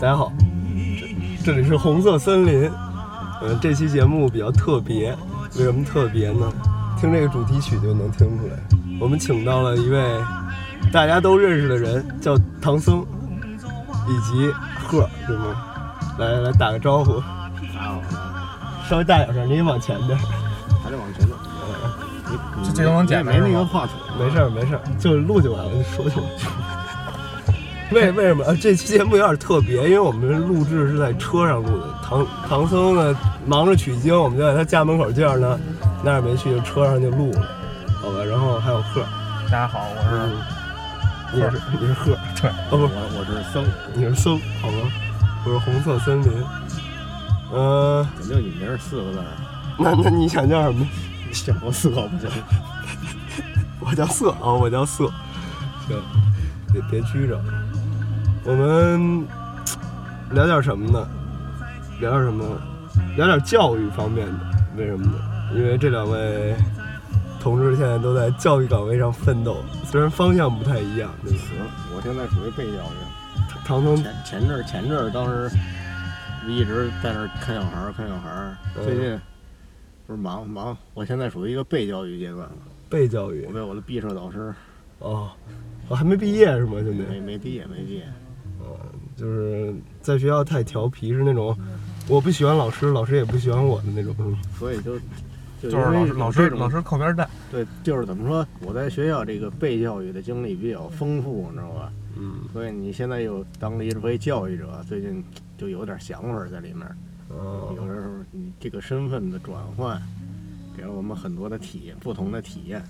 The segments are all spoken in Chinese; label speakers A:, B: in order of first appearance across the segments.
A: 大家好，这这里是红色森林。嗯，这期节目比较特别，为什么特别呢？听这个主题曲就能听出来，我们请到了一位大家都认识的人，叫唐僧，以及鹤，对吗？来来来，打个招呼，稍微大点声，你往前点。
B: 哦还得往前走。
C: 这这都能剪
B: 没
C: 是
B: 那
C: 吗
B: 个话筒，
A: 没事儿，没事儿，就录就完了，就说就完了。为为什么？呃，这期节目有点特别，因为我们录制是在车上录的。唐唐僧呢忙着取经，我们就在他家门口见着呢，那儿没去，就车上就录了，好吧。然后还有鹤，
C: 大家好，我
A: 嗯
C: 是，
A: 你是你是鹤，
C: 对，
A: 哦不
B: 我
A: 是，
B: 我这是僧，
A: 你是僧，好吗？我是红色森林。呃，
B: 怎么就你名儿四个字儿？
A: 那那你想叫什么？
B: 我思考不行。
A: 我叫色啊、我叫色。行，别别拘着。我们聊点什么呢？聊点什么？聊点教育方面的。为什么呢？因为这两位同志现在都在教育岗位上奋斗，虽然方向不太一样，对吧？
B: 行，我现在属于被教育。
A: 唐
C: 嗯
A: 僧
B: 前前阵儿前阵儿，当时一直在那儿看小孩儿，看小孩儿。
A: 嗯
B: 最近不是忙忙，我现在属于一个被教育阶段了。
A: 被教育
B: 我被我的毕设导师
A: 哦，我还没毕业是吗，
C: 嗯
A: 兄弟？
B: 没没毕业没毕业，
A: 就是在学校太调皮，是那种我不喜欢老师，老师也不喜欢我的那种，是吗？
B: 所以就就
C: 就是老师老师老
B: 师
C: 师靠边站，
B: 对，就是怎么说，我在学校这个被教育的经历比较丰富，你知道吧？
A: 嗯。
B: 所以你现在又当了一回教育者，最近就有点想法在里面。
A: 哦
B: 有的时候你这个身份的转换，给了我们很多的体验，不同的体验。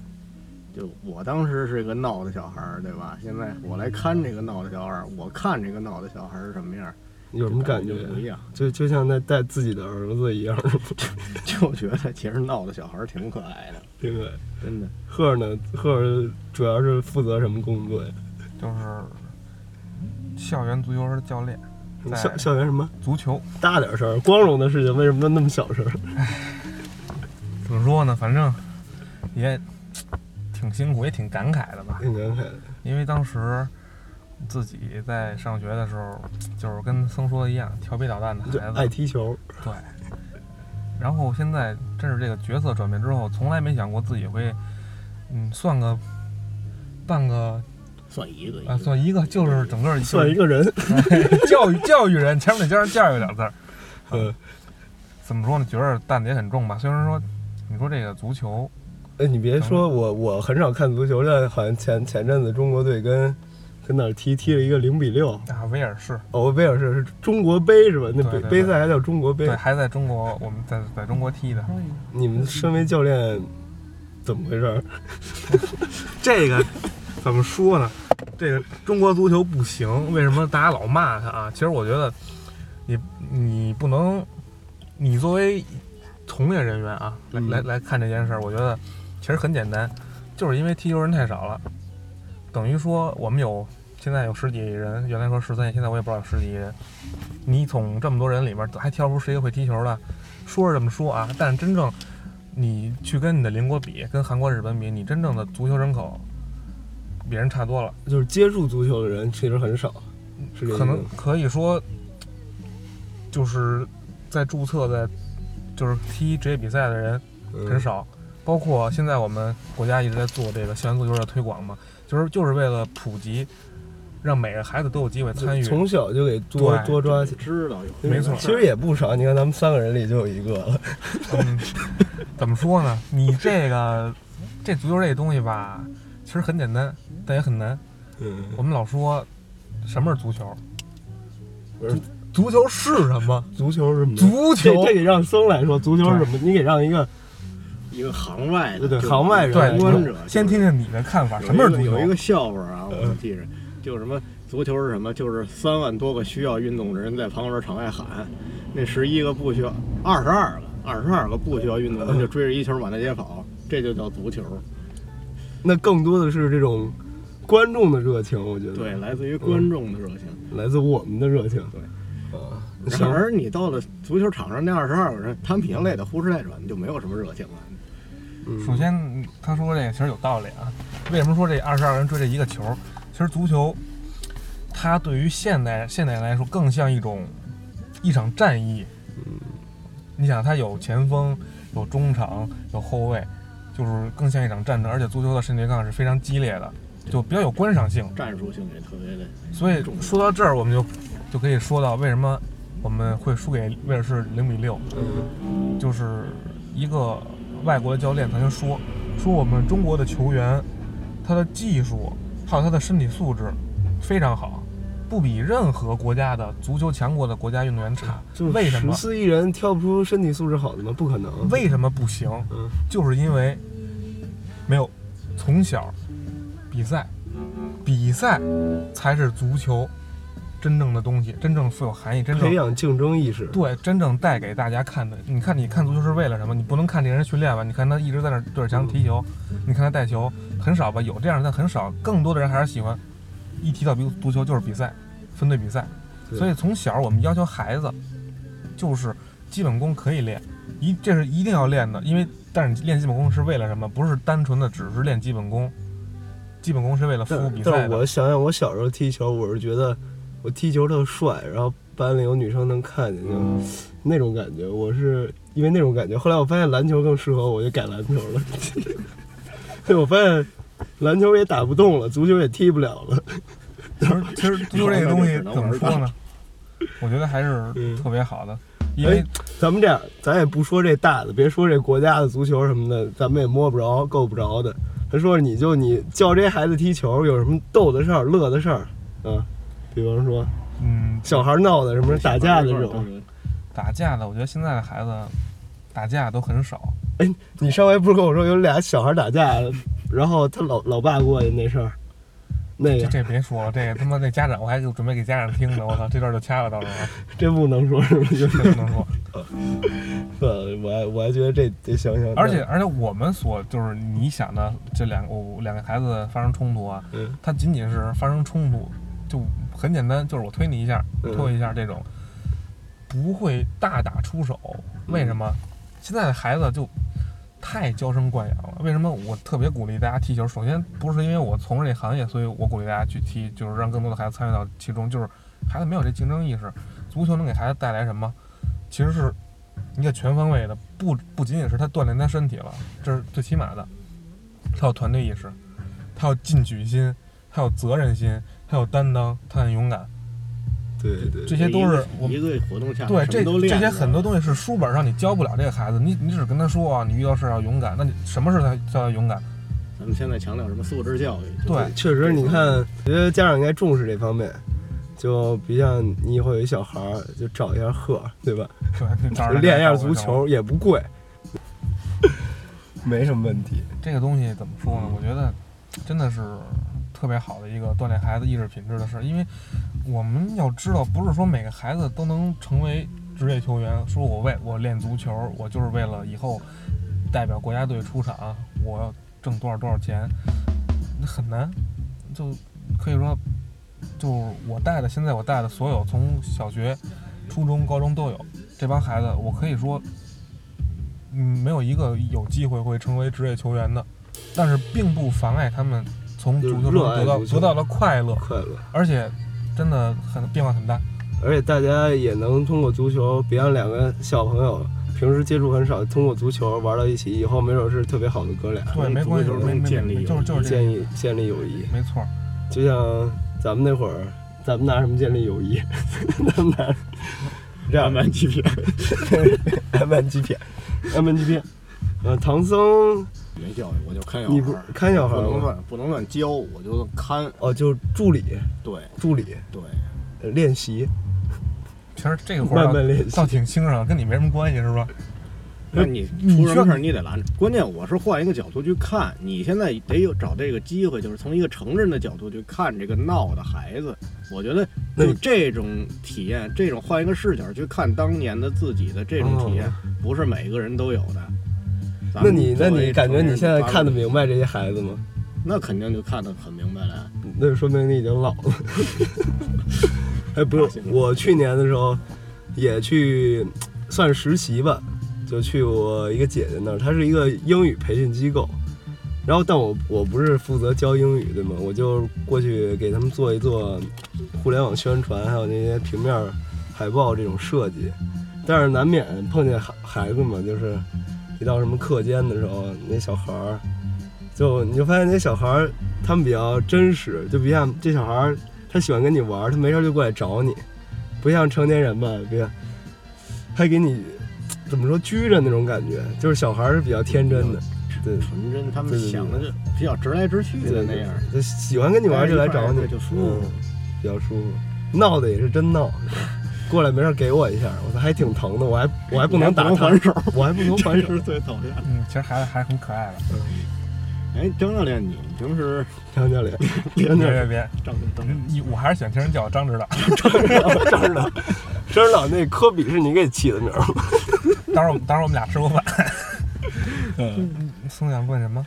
B: 就我当时是一个闹的小孩儿，对吧？现在我来看这个闹的小孩儿，我看这个闹的小孩儿是什么样儿，
A: 有什么感觉？
B: 就不一样。
A: 就就像在带自己的儿子一样，
B: 就觉得其实闹的小孩儿挺可爱的，
A: 对不对？
B: 真的。
A: 赫尔呢？赫尔主要是负责什么工作呀？
C: 就是校园足球的教练，在
A: 校校园什么？
C: 足球
A: 大点声儿，光荣的事情为什么都那么小声儿？
C: 怎么说呢？反正也挺辛苦，也 挺感慨的吧。
A: 挺感慨的。
C: 因为当时自己在上学的时候，就是跟僧说的一样，调皮捣蛋的
A: 就
C: 孩
A: 爱
C: 子。
A: 踢球，
C: 对。然后现在真是这个角色转变之后，从来没想过自己会，嗯，算个半个
B: 算一个一
C: 啊，
B: 个，
C: 算一个，就是整个
A: 算一个人。
C: 教育教育人，前面得加上教育两字儿。
A: 嗯，
C: 怎么说呢？觉得担子也很重吧。虽然说，你说这个足球，
A: 哎，你别说
C: 嗯
A: 我，我很少看足球，但好像前前阵子中国队跟跟哪儿踢踢了一个零比六。
C: 啊，威尔士
A: 哦，威尔士是中国杯是吧？那杯
C: 对对对
A: 杯赛还叫中国杯
C: 对。嗯还在中国，我们在在中国踢的，
A: 你们身为教练，怎么回事儿？这个
C: 怎么说呢？这个中国足球不行，为什么大家老骂他啊？其实我觉得你，你不能，你作为从业人员啊，来、
A: 嗯
C: 来来看这件事儿，我觉得其实很简单，就是因为踢球人太少了，等于说我们有现在有十几人，原来说十三，现在我也不知道有十几人。你从这么多人里面还挑出十一个会踢球的，说是这么说啊，但是真正你去跟你的邻国比，跟韩国、日本比，你真正的足球人口比人差多了。
A: 就是接触足球的人其实很少，是这意思
C: 可能
A: 吗
C: 可以说，就是在注册在就是踢职业比赛的人
A: 嗯
C: 很。少，包括现在我们国家一直在做这个校园足球的推广嘛，就是就是为了普及，让每个孩子都有机会
A: 嗯
C: 参与。
A: 从小就给多
C: 对
A: 多抓起，
B: 知道有
C: 没错
A: 其实也不少，你看咱们三个人里就有一个了。
C: 嗯，怎么说呢？你这个这足球这东西吧，其实很简单，但也很难。
A: 嗯，
C: 我们老说什么是足球，
A: 不是
C: 足球是什么？
A: 足球是什么？
C: 足
A: 这
C: 球
A: 这得让僧来说，足球是什么？你给让一个
B: 一个行外的
A: 对
B: 就
A: 行外人
C: 对，
B: 旁观者
C: 你先听听你的看法，
B: 有
C: 啊什么是
B: 一个
C: 足球嗯
B: 有一？个笑话啊，我记着，就什么足球是什么，就是三万多个需要运动的人在旁边场外喊，那十一个不需要，二十二个，二十二个不需要运动的人就追着一球满大街跑，这就叫足球。
C: 嗯
A: 那更多的是这种观众的热情，我觉得，
B: 对，来自于观众的热情。
A: 来自我们的热情。
B: 对
A: 对，啊，
C: 嗯
B: 然而你到了足球场上，那二十二个人，他们品类的胡吃带转，就没有什么热情了。
A: 嗯
C: 首先，嗯他说这个其实有道理啊。为什么说这二十二人追这一个球？其实足球它对于现代现代来说更像一种一场战役。你想，它有前锋，有中场，有后卫，就是更像一场战争。而且足球的身体对抗是非常激烈的，就比较有观赏性。
B: 战术性也特别的，
C: 所以说到这儿，我们就就可以说到为什么我们会输给威尔士零比六，就是一个外国的教练曾经说，说我们中国的球员，他的技术还有他的身体素质非常好，不比任何国家的足球强国的国家运动员差。为什么
A: 嗯十？四亿人挑不出身体素质好的吗？不可能。
C: 为什么不行？
A: 嗯
C: 就是因为没有从小比赛，比赛才是足球真正的东西，真正富有含义，真
A: 培
C: 正
A: 养竞争意识。
C: 对真正带给大家看的。你看，你看足球是为了什么？你不能看这人训练吧？你看他一直在那儿对着墙踢球，
A: 嗯
C: 你看他带球很少吧？有这样的，但很少。更多的人还是喜欢一提到足足球就是比赛，分队比赛。
A: 对
C: 所以从小我们要求孩子，就是基本功可以练，一这是一定要练的，因为但是练基本功是为了什么？不是单纯的只是练基本功，基本功是为了服务
A: 但
C: 比赛
A: 但
C: 的。
A: 我想想，我小时候踢球，我是觉得我踢球特帅，然后班里有女生能看见，就
C: 嗯
A: 那种感觉。我是因为那种感觉，后来我发现篮球更适合我，我就改篮球了。 对，我发现篮球也打不动了，足球也踢不了了。
C: 其实其实 足球这个东西怎么说呢？我觉得还是
A: 嗯
C: 特别好的，因为
A: 哎咱们这样，咱也不说这大的，别说这国家的足球什么的，咱们也摸不着、够不着的。他说，你就你教这孩子踢球，有什么逗的事儿、乐的事儿啊？比方说
C: 嗯，
A: 小孩闹的什么打架的这种，
B: 种，
C: 打架的，我觉得现在的孩子打架都很少。
A: 哎，你上回不是跟我说有俩小孩打架，然后他老老爸过去那事儿，那
C: 这
A: 个
C: 这别说了，这个他妈那家长我还就准备给家长听呢，我操，这段就掐了，到时候
A: 这不能说是不是？
C: 这不能说。
A: 呃，我还我还觉得这得想想。
C: 而且而且我们所就是你想的这两个我两个孩子发生冲突啊，
A: 嗯，
C: 它仅仅是发生冲突，就很简单，就是我推你一下，
A: 嗯
C: 推我一下这种，不会大打出手。为什么？现在的孩子就太娇生惯养了。为什么我特别鼓励大家踢球？首先不是因为我从事这行业，所以我鼓励大家去踢，就是让更多的孩子参与到其中。就是孩子没有这竞争意识，足球能给孩子带来什么？其实是一个全方位的，不不仅仅是他锻炼他身体了，这是最起码的。他有团队意识，他有进取心，他有责任心，他有担当，他很勇敢，
A: 对对，
C: 这些都是我
B: 一个活动下
C: 对
B: 啊什么
C: 这
B: 都练
C: 这
B: 着
C: 些很多东西是书本上你教不了这个孩子，你你只跟他说啊，你遇到事儿要勇敢，那你什么事儿才叫他勇敢？
B: 咱们现在强调什么素质教育，就是
C: 对
A: 确实，你看，我觉得家长应该重视这方面，就别像你以后有一小孩儿，就找一下课，对吧？
C: 对，找人
A: 练一下
C: 找我
A: 足球也不贵，没什么问题。
C: 这个东西怎么说呢？我觉得真的是特别好的一个锻炼孩子意志品质的事，因为我们要知道，不是说每个孩子都能成为职业球员。说我为我练足球，我就是为了以后代表国家队出场，我要挣多少多少钱，那很难。就可以说，就我带的现在我带的所有从小学、初中、高中都有这帮孩子，我可以说嗯，没有一个有机会会成为职业球员的，但是并不妨碍他们从足球中
A: 热爱
C: 得到
A: 足球
C: 得到了快乐，
A: 快乐，
C: 而且真的很变化很大。
A: 而且大家也能通过足球，别让两个小朋友平时接触很少，通过足球玩到一起，以后没准是特别好的哥俩。
C: 对，没关系，
B: 足球
C: 没没
B: 建
C: 没
B: 立
C: 就是就是这
A: 建
C: 个，
A: 立建立友谊，
C: 没错。
A: 就像咱们那会儿，咱们拿什么建立友谊？ 咱们拿这样
B: 慢慢欺骗。
A: 安曼基片，安曼基片。呃，唐僧
B: 没教育，我就看小
A: 你不
B: 孩儿，
A: 看小孩
B: 不能
A: 吗？
B: 乱不能乱教，我就看。
A: 哦，就助理，
B: 对
A: 助理
B: 对，
A: 呃练习，
C: 其实这个活
A: 慢
C: 儿啊
A: 慢练习
C: 倒倒挺轻省，跟你没什么关系，是吧？
B: 那你
C: 你
B: 出什么
C: 劝
B: 事儿你得拦着。关键我是换一个角度去看，你现在得有找这个机会，就是从一个成人的角度去看这个闹的孩子。我觉得
A: 那
B: 就
A: 你
B: 这种体验，这种换一个视角去看当年的自己的这种体验，不是每个人都有的。咱
A: 哦那
B: 们
A: 你那
B: 作为
A: 你感觉
B: 成人
A: 你现在看得
B: 发
A: 明白这些孩子吗？
B: 展，那肯定就看得很明白了呀。
A: 那就说明你已经老了。哎，不
B: 那
A: 是
B: 行，
A: 我去年的时候也去算实习吧，就去我一个姐姐那儿，她是一个英语培训机构，然后，但我我不是负责教英语对吗？我就过去给他们做一做互联网宣传，还有那些平面海报这种设计。但是难免碰见孩孩子嘛，就是一到什么课间的时候，那小孩儿就你就发现那小孩儿他们比较真实，就不像这小孩儿他喜欢跟你玩儿，他没事儿就过来找你，不像成年人吧，别还给你怎么说拘着那种感觉，就是小孩儿是比较天真的，对。
B: 纯真，他们
A: 对对对
B: 想的就比较直来直去的那样。哎
A: 就喜欢跟你玩儿就来找你，
B: 就舒服
A: 嗯，比较舒服。闹的也是真闹，过来没事儿给我一下，我操，还挺疼的，我还我还不能打
B: 你还
A: 他
B: 不能还，手，
A: 我 还不能还
B: 真
A: 手。嗯
B: 是 最讨厌。
C: 嗯，其实孩子还很可爱的。
B: 哎，张教练，你平时
A: 张教练，张
C: 别
A: 教练，
C: 别别，
B: 张张
C: 嗯你我还是喜欢听人叫我张指导。
A: 张指导，张指导，那科比是你给起的名儿吗？
C: 当时我们当时我们俩吃过饭。 嗯，宋想问什么？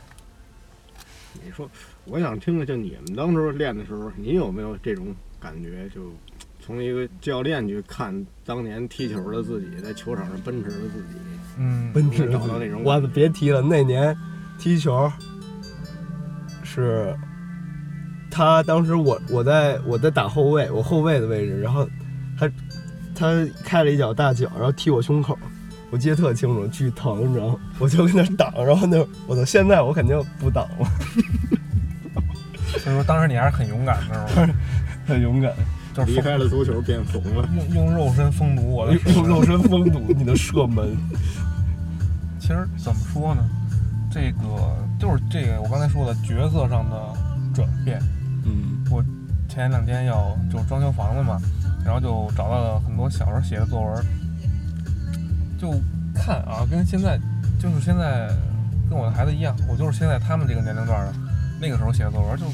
B: 你说，我想听听，就你们当初练的时候，你有没有这种感觉？就从一个教练去看当年踢球的自己，在球场上奔驰的自己，
C: 嗯，
A: 奔驰
B: 能找到那种
A: 我操，别提了，那年踢球是。他当时我我在我在打后卫，我后卫的位置，然后他他开了一脚大脚，然后踢我胸口，我记得特清楚，巨疼，你知道吗？我就跟那儿挡，然后那我到现在我肯定不 挡了，
C: 所以说当时你还是很勇敢的，是吗？
A: 很勇敢，
C: 就是
B: 离
C: 疯
B: 开了足球变怂了。
C: 用用肉身封堵我的手
A: 用肉身封堵你的射门。
C: 其实怎么说呢，这个就是这个我刚才说的角色上的转变。
A: 嗯
C: 前两天要就装修房子嘛，然后就找到了很多小时候写的作文，就看啊，跟现在就是现在跟我的孩子一样，我就是现在他们这个年龄段的，那个时候写的作文就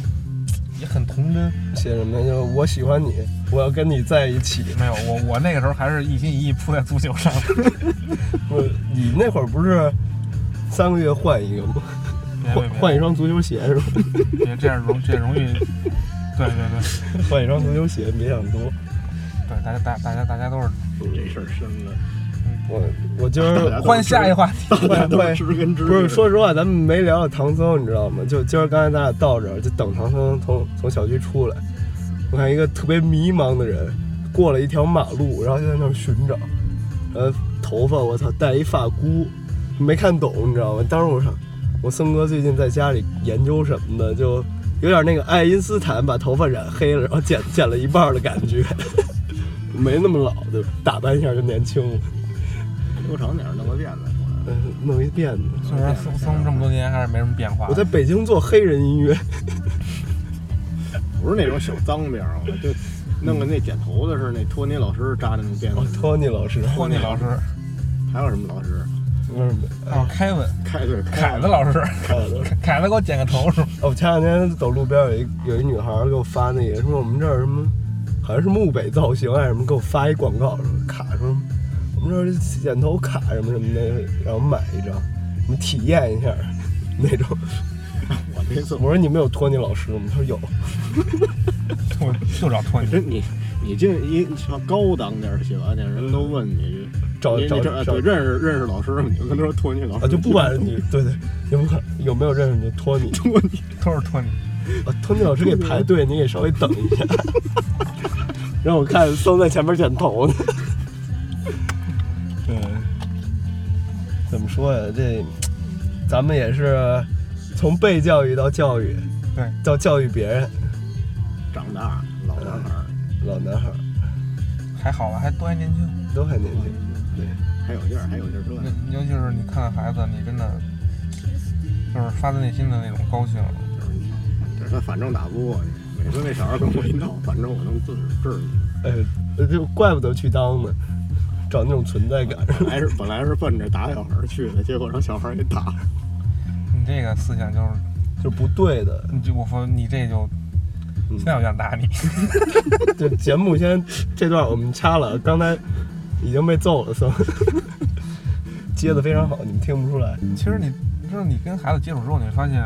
C: 也很童真。
A: 写什么呀？就是我喜欢你，我要跟你在一起。
C: 没有，我我那个时候还是一心一意扑在足球上。
A: 不是，你那会儿不是三个月换一个吗？
C: 别
A: 换
C: 别别
A: 换一双足球鞋是吧？
C: 别这样容这容易，对对对
A: 换一双足球鞋，别想多。
C: 对，大家大大家大家都是
B: 这事儿深 了，
A: 我我今儿
B: 大家都
C: 换下一话题。
B: 大家都是知根知底。
A: 不是，说实话，咱们没聊到唐僧，你知道吗？就今儿刚才咱俩到这儿，就等唐僧从从小区出来，我看一个特别迷茫的人过了一条马路，然后就在那儿寻找，呃，头发我操戴一发箍，没看懂，你知道吗？当时我说，我森哥最近在家里研究什么的，就有点那个爱因斯坦把头发染黑了，然后剪剪了一半儿的感觉，没那么老，对吧？打扮一下就年轻了，
B: 留长点儿，弄个辫子出
A: 呃
B: 来。
A: 弄一 辫子。
C: 所以说僧僧这么多年还是没什么变化。
A: 我在北京做黑人音乐，
B: 不是那种小脏辫儿，我就弄个那剪头的是那托尼老师扎的那辫
A: 哦
B: 子。
A: 托尼老师，
C: 托尼老师，
B: 还有什么老师？
A: 不是
C: 还有凯文、
B: 开对
C: 凯子老师，
A: 看了。
C: 凯子给我剪个头是吗？
A: 哦，前两天走路边有一有一女孩给我发那个，说我们这儿什么，好像是木北造型啊还是什么，给我发一广告，说卡说我们这儿剪头卡什么什么的，让我买一张，你体验一下 那种。
B: 我这次
A: 我说你们有托尼老师吗？他说有。
C: 我就找托尼。
B: 真你 你净一像高档点儿写完点儿，人都问你，
A: 找
B: 你
A: 找
B: 你这呃
A: 找
B: 对认识认识老师吗，你就跟他说托尼老
A: 啊，
B: 师
A: 就不管你对对，也不管有没有认识你就托尼
B: 托尼，
C: 都是托尼。
A: 啊，托尼老师给排队，你给稍微等一下， 让我看僧在前面剪头呢。嗯，怎么说呀？这咱们也是从被教育到教育，
C: 对，
A: 到教育别人，
B: 长大老男孩儿
A: 老男孩儿
C: 还好吧，还都还年轻。
A: 都还年轻。对，
B: 还有劲儿，还有劲儿这。
C: 尤尤其是你看看孩子，你真的就是发自内心的那种高兴。
B: 就是他反正打不过你，每次那小孩跟我一闹，反正我能自治治你。
A: 哎，就怪不得去当呢，找那种存在感。
B: 本来是本来是奔着打小孩儿去的，结果让小孩儿给打了。
C: 你这个思想就是，
A: 就不对的，
C: 你就我说你这就，
A: 嗯
C: 现在我就想打你。
A: 这节目先这段我们掐了，刚才已经被揍了，僧 接的非常好，你们听不出来。
C: 其实你你知道，你跟孩子接触之后，你会发现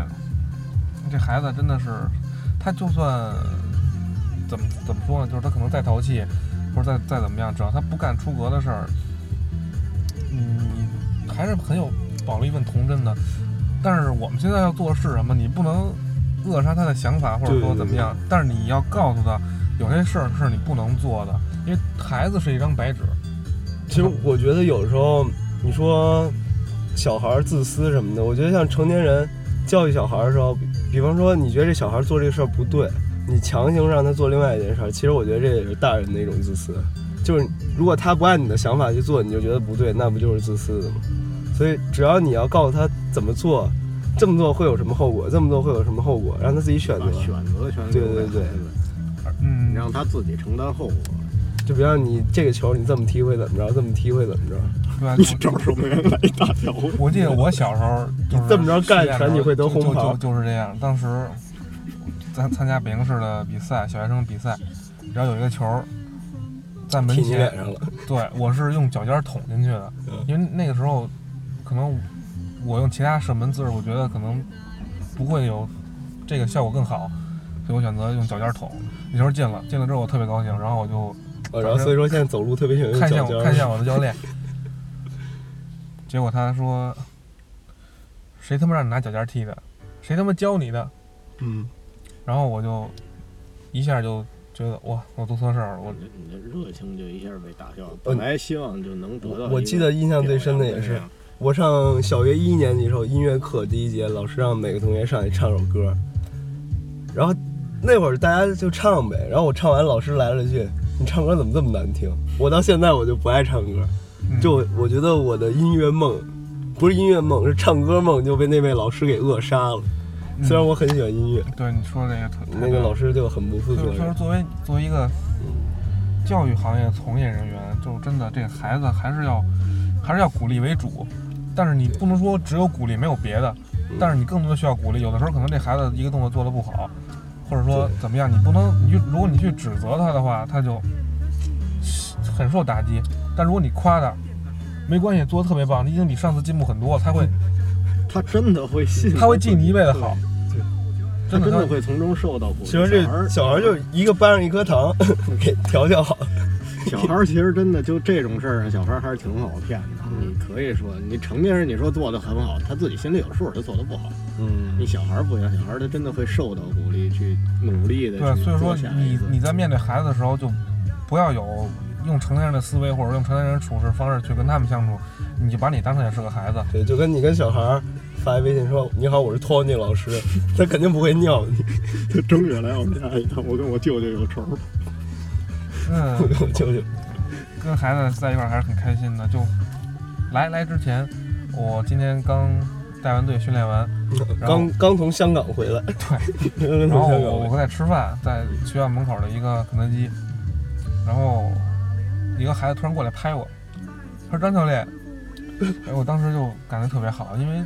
C: 这孩子真的是，他就算怎么怎么说呢，就是他可能再淘气，或者再再怎么样，只要他不干出格的事儿，嗯你还是很有保留一份童真的。但是我们现在要做的是什么？你不能扼杀他的想法，或者
A: 对
C: 说
A: 对
C: 怎么样，但是你要告诉他，有些事儿是你不能做的，因为孩子是一张白纸。
A: 其实我觉得有时候你说小孩儿自私什么的，我觉得像成年人教育小孩儿的时候，比比方说你觉得这小孩儿做这个事儿不对，你强行让他做另外一件事儿，其实我觉得这也是大人的一种自私。就是如果他不按你的想法去做，你就觉得不对，那不就是自私的吗？所以只要你要告诉他怎么做，这么做会有什么后果，这么做会有什么后果，让他自己选择
B: 把， 选择权
A: 对
B: 留给
A: 对对
B: 孩子
C: 嗯
B: 你让他自己承担后果。
A: 就比方你这个球你这么踢会怎么着，这么踢会怎么着，
C: 对，
B: 你
C: 我
B: 正说没人来一大条，
C: 我记得我小时候就是
A: 你这么着干
C: 实验的时候
A: 全你会得
C: 就
A: 红牌
C: 就就就是这样。当时咱参加北京市的比赛，小学生比赛，然后有一个球儿在门
A: 踢你
C: 前
A: 脸，上了，
C: 对我是用脚尖儿捅进去的，
A: 嗯
C: 因为那个时候可能我用其他射门姿势，我觉得可能不会有这个效果更好，所以我选择用脚尖儿捅。那球儿进了，进了之后我特别高兴，然后我就
A: 呃然后所以说现在走路特别喜欢用
C: 看向
A: 脚
C: 我
A: 尖儿。
C: 看向我的 教练，结果他说：“谁他妈让你拿脚尖踢的？谁他妈教你的
A: 嗯？”
C: 然后我就一下就觉得哇，我做错事儿了，我
B: 你这你这热情就一下被打消了。
A: 呃
B: 本来希望就能得到一个
A: 我记得印象最深的也是，我上小学一年级的时候，音乐课第一节，老师让每个同学上去唱首歌，然后那会儿大家就唱呗，然后我唱完，老师来了句：“你唱歌怎么这么难听？”我到现在我就不爱唱歌，
C: 嗯
A: 就我觉得我的音乐梦，不是音乐梦，是唱歌梦就被那位老师给扼杀了。
C: 嗯
A: 虽然我很喜欢音乐，
C: 对你说这个特
A: 那个老
C: 师，
A: 师就很不负责
C: 就是说
A: 任。
C: 作为作为一个教育行业从业人员，就是真的这个孩子还是要还是要鼓励为主，但是你不能说只有鼓励没有别的，但是你更多的需要鼓励。有的时候可能这孩子一个动作做的不好，或者说
A: 对
C: 怎么样，你不能，你就如果你去指责他的话，他就很受打击。但如果你夸他，没关系，做的特别棒，你已经比上次进步很多，他会
B: 他真的会信，
C: 他会记你一辈子好，
B: 他
C: 真
B: 真
C: 的
B: 的
C: 他
B: 会从中受到鼓励。
A: 其实这
B: 小孩儿
A: 小孩儿就一个班上一颗糖， 给调教好。
B: 小孩儿其实真的就这种事儿啊上，小孩儿还是挺好骗的。
A: 嗯
B: 你可以说，你成年人你说做的很好，他自己心里有数，他做的不好。
A: 嗯
B: 你小孩儿不一样，小孩儿他真的会受到鼓励，去努力的
A: 啊
C: 对，
B: 去
C: 所以
B: 做
C: 说
B: 下一
C: 你
B: 个。
C: 你在面对孩子的时候，就不要有用成年人的思维或者用成年人处事方式去跟他们相处，你就把你当成也是个孩子。
A: 对，就跟你跟小孩儿发一微信说：“你好，我是托尼老师。”他肯定不会尿你，
B: 他正月来我们家一趟，我跟我舅舅有仇。
C: 嗯，
A: 舅舅。
C: 跟孩子在一块儿还是很开心的。就来来之前，我今天刚带完队训练完，然后
A: 刚刚从香港回来，对，
C: 然
A: 刚
C: 后
A: 从香
C: 我
A: 港回
C: 我在吃饭，在学校门口的一个肯德基，然后一个孩子突然过来拍我，他说张教练，哎，我当时就感觉特别好，因为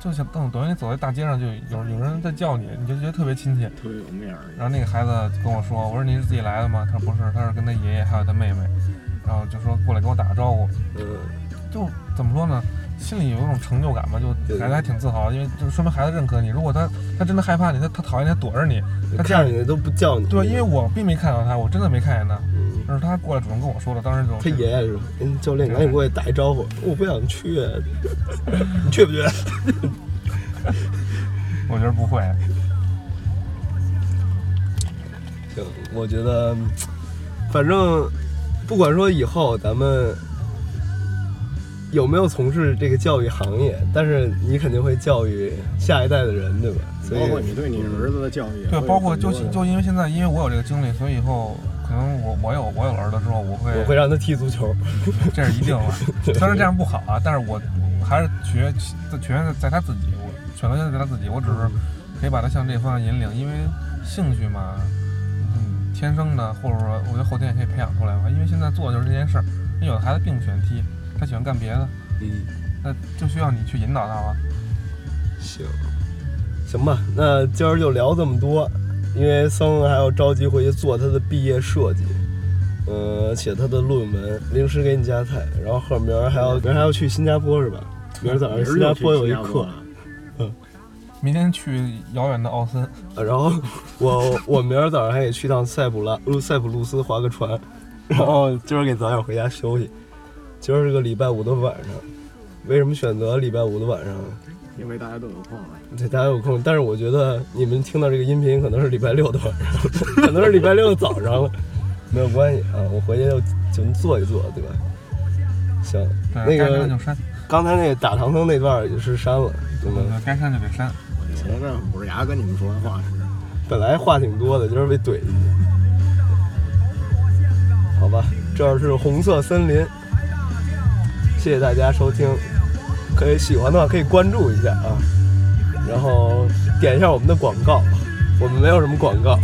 C: 就像等等于你走在大街上就有有人在叫你，你就觉得特别亲切。
B: 特别有面儿。
C: 然后那个孩子跟我说，我说你是自己来的吗？他说不是，他是跟他爷爷还有他妹妹，然后就说过来给我打个招呼。
A: 来。嗯，
C: 就怎么说呢，心里有一种成就感吧，就
A: 对
C: 孩子还挺自豪，因为就说明孩子认可你。如果他他真的害怕你，他他讨厌你，他躲着你，他这
A: 看
C: 样
A: 着你都不叫你。
C: 对，因为我并没看到他，我真的没看见他，
A: 嗯
C: 但是他过来主动跟我说的，当时就
A: 他爷爷说：“嗯，教练，赶紧过来打一招呼。”我不想去，啊 你去不啊去？
C: 我觉得不会，
A: 行，我觉得， 反正不管说以后咱们有没有从事这个教育行业，但是你肯定会教育下一代的人，对吧？所以
B: 包括你对你儿子的教育也会有很多
C: 对
B: 的，，
C: 包括就就因为现在因为我有这个经历，所以以后可能我我有我有了儿子之后，我会
B: 哎
A: 我会让他踢足球。
C: 这是一定的，当然这样不好啊，但是我我还是学全在他自己，我选择权在他自己，我只是可以把他向这方向引领，因为兴趣嘛，嗯，天生的，或者说我觉得后天也可以培养出来吧，因为现在做的就是这件事儿，因为有的孩子并不喜欢踢，他喜欢干别的，
A: 嗯，
C: 那就需要你去引导他了。
A: 行，行吧，那今儿就聊这么多，因为桑还要着急回去做他的毕业设计，呃，写他的论文，临时给你加菜，然后后明儿还要明儿还要去新加坡是吧？明儿早上
B: 儿
A: 新
B: 子
A: 加
B: 就去
A: 坡有一
B: 新加坡
A: 课，
B: 了
C: 明天去遥远的奥森，
A: 呃然后我我明儿早上还得去趟塞普拉路塞浦路斯划个船，然后今儿给早点回家休息。今儿是个礼拜五的晚上，为什么选择礼拜五的晚上？
B: 因为大家都有空啊了。
A: 对，大家有空。但是我觉得你们听到这个音频可能是礼拜六的晚上，可能是礼拜六的早上了，没有关系啊。我回去就就做一做，对吧？行，那
C: 该删就
A: 个
C: 删，
A: 刚才那打唐僧那段也是删了，对吗？
C: 该删就得删。
B: 前阵捂着牙跟你们说话时，
A: 本来话挺多的，就是被怼一句。好吧，这是红色森林，谢谢大家收听，可以喜欢的话可以关注一下啊，然后点一下我们的广告，我们没有什么广告，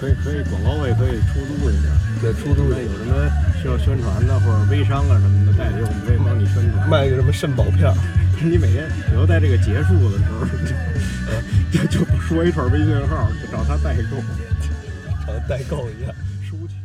B: 可以可以广告位可以出租一下，
A: 对，出租
B: 那有什么需要宣传的或者微商啊什么的代理，我们可以帮你宣 传。
A: 卖个什么肾宝片儿，
B: 你每天以后在这个结束的时候 就就就说一串微信号，就找他代购
A: 然后代购一下。
B: 收钱。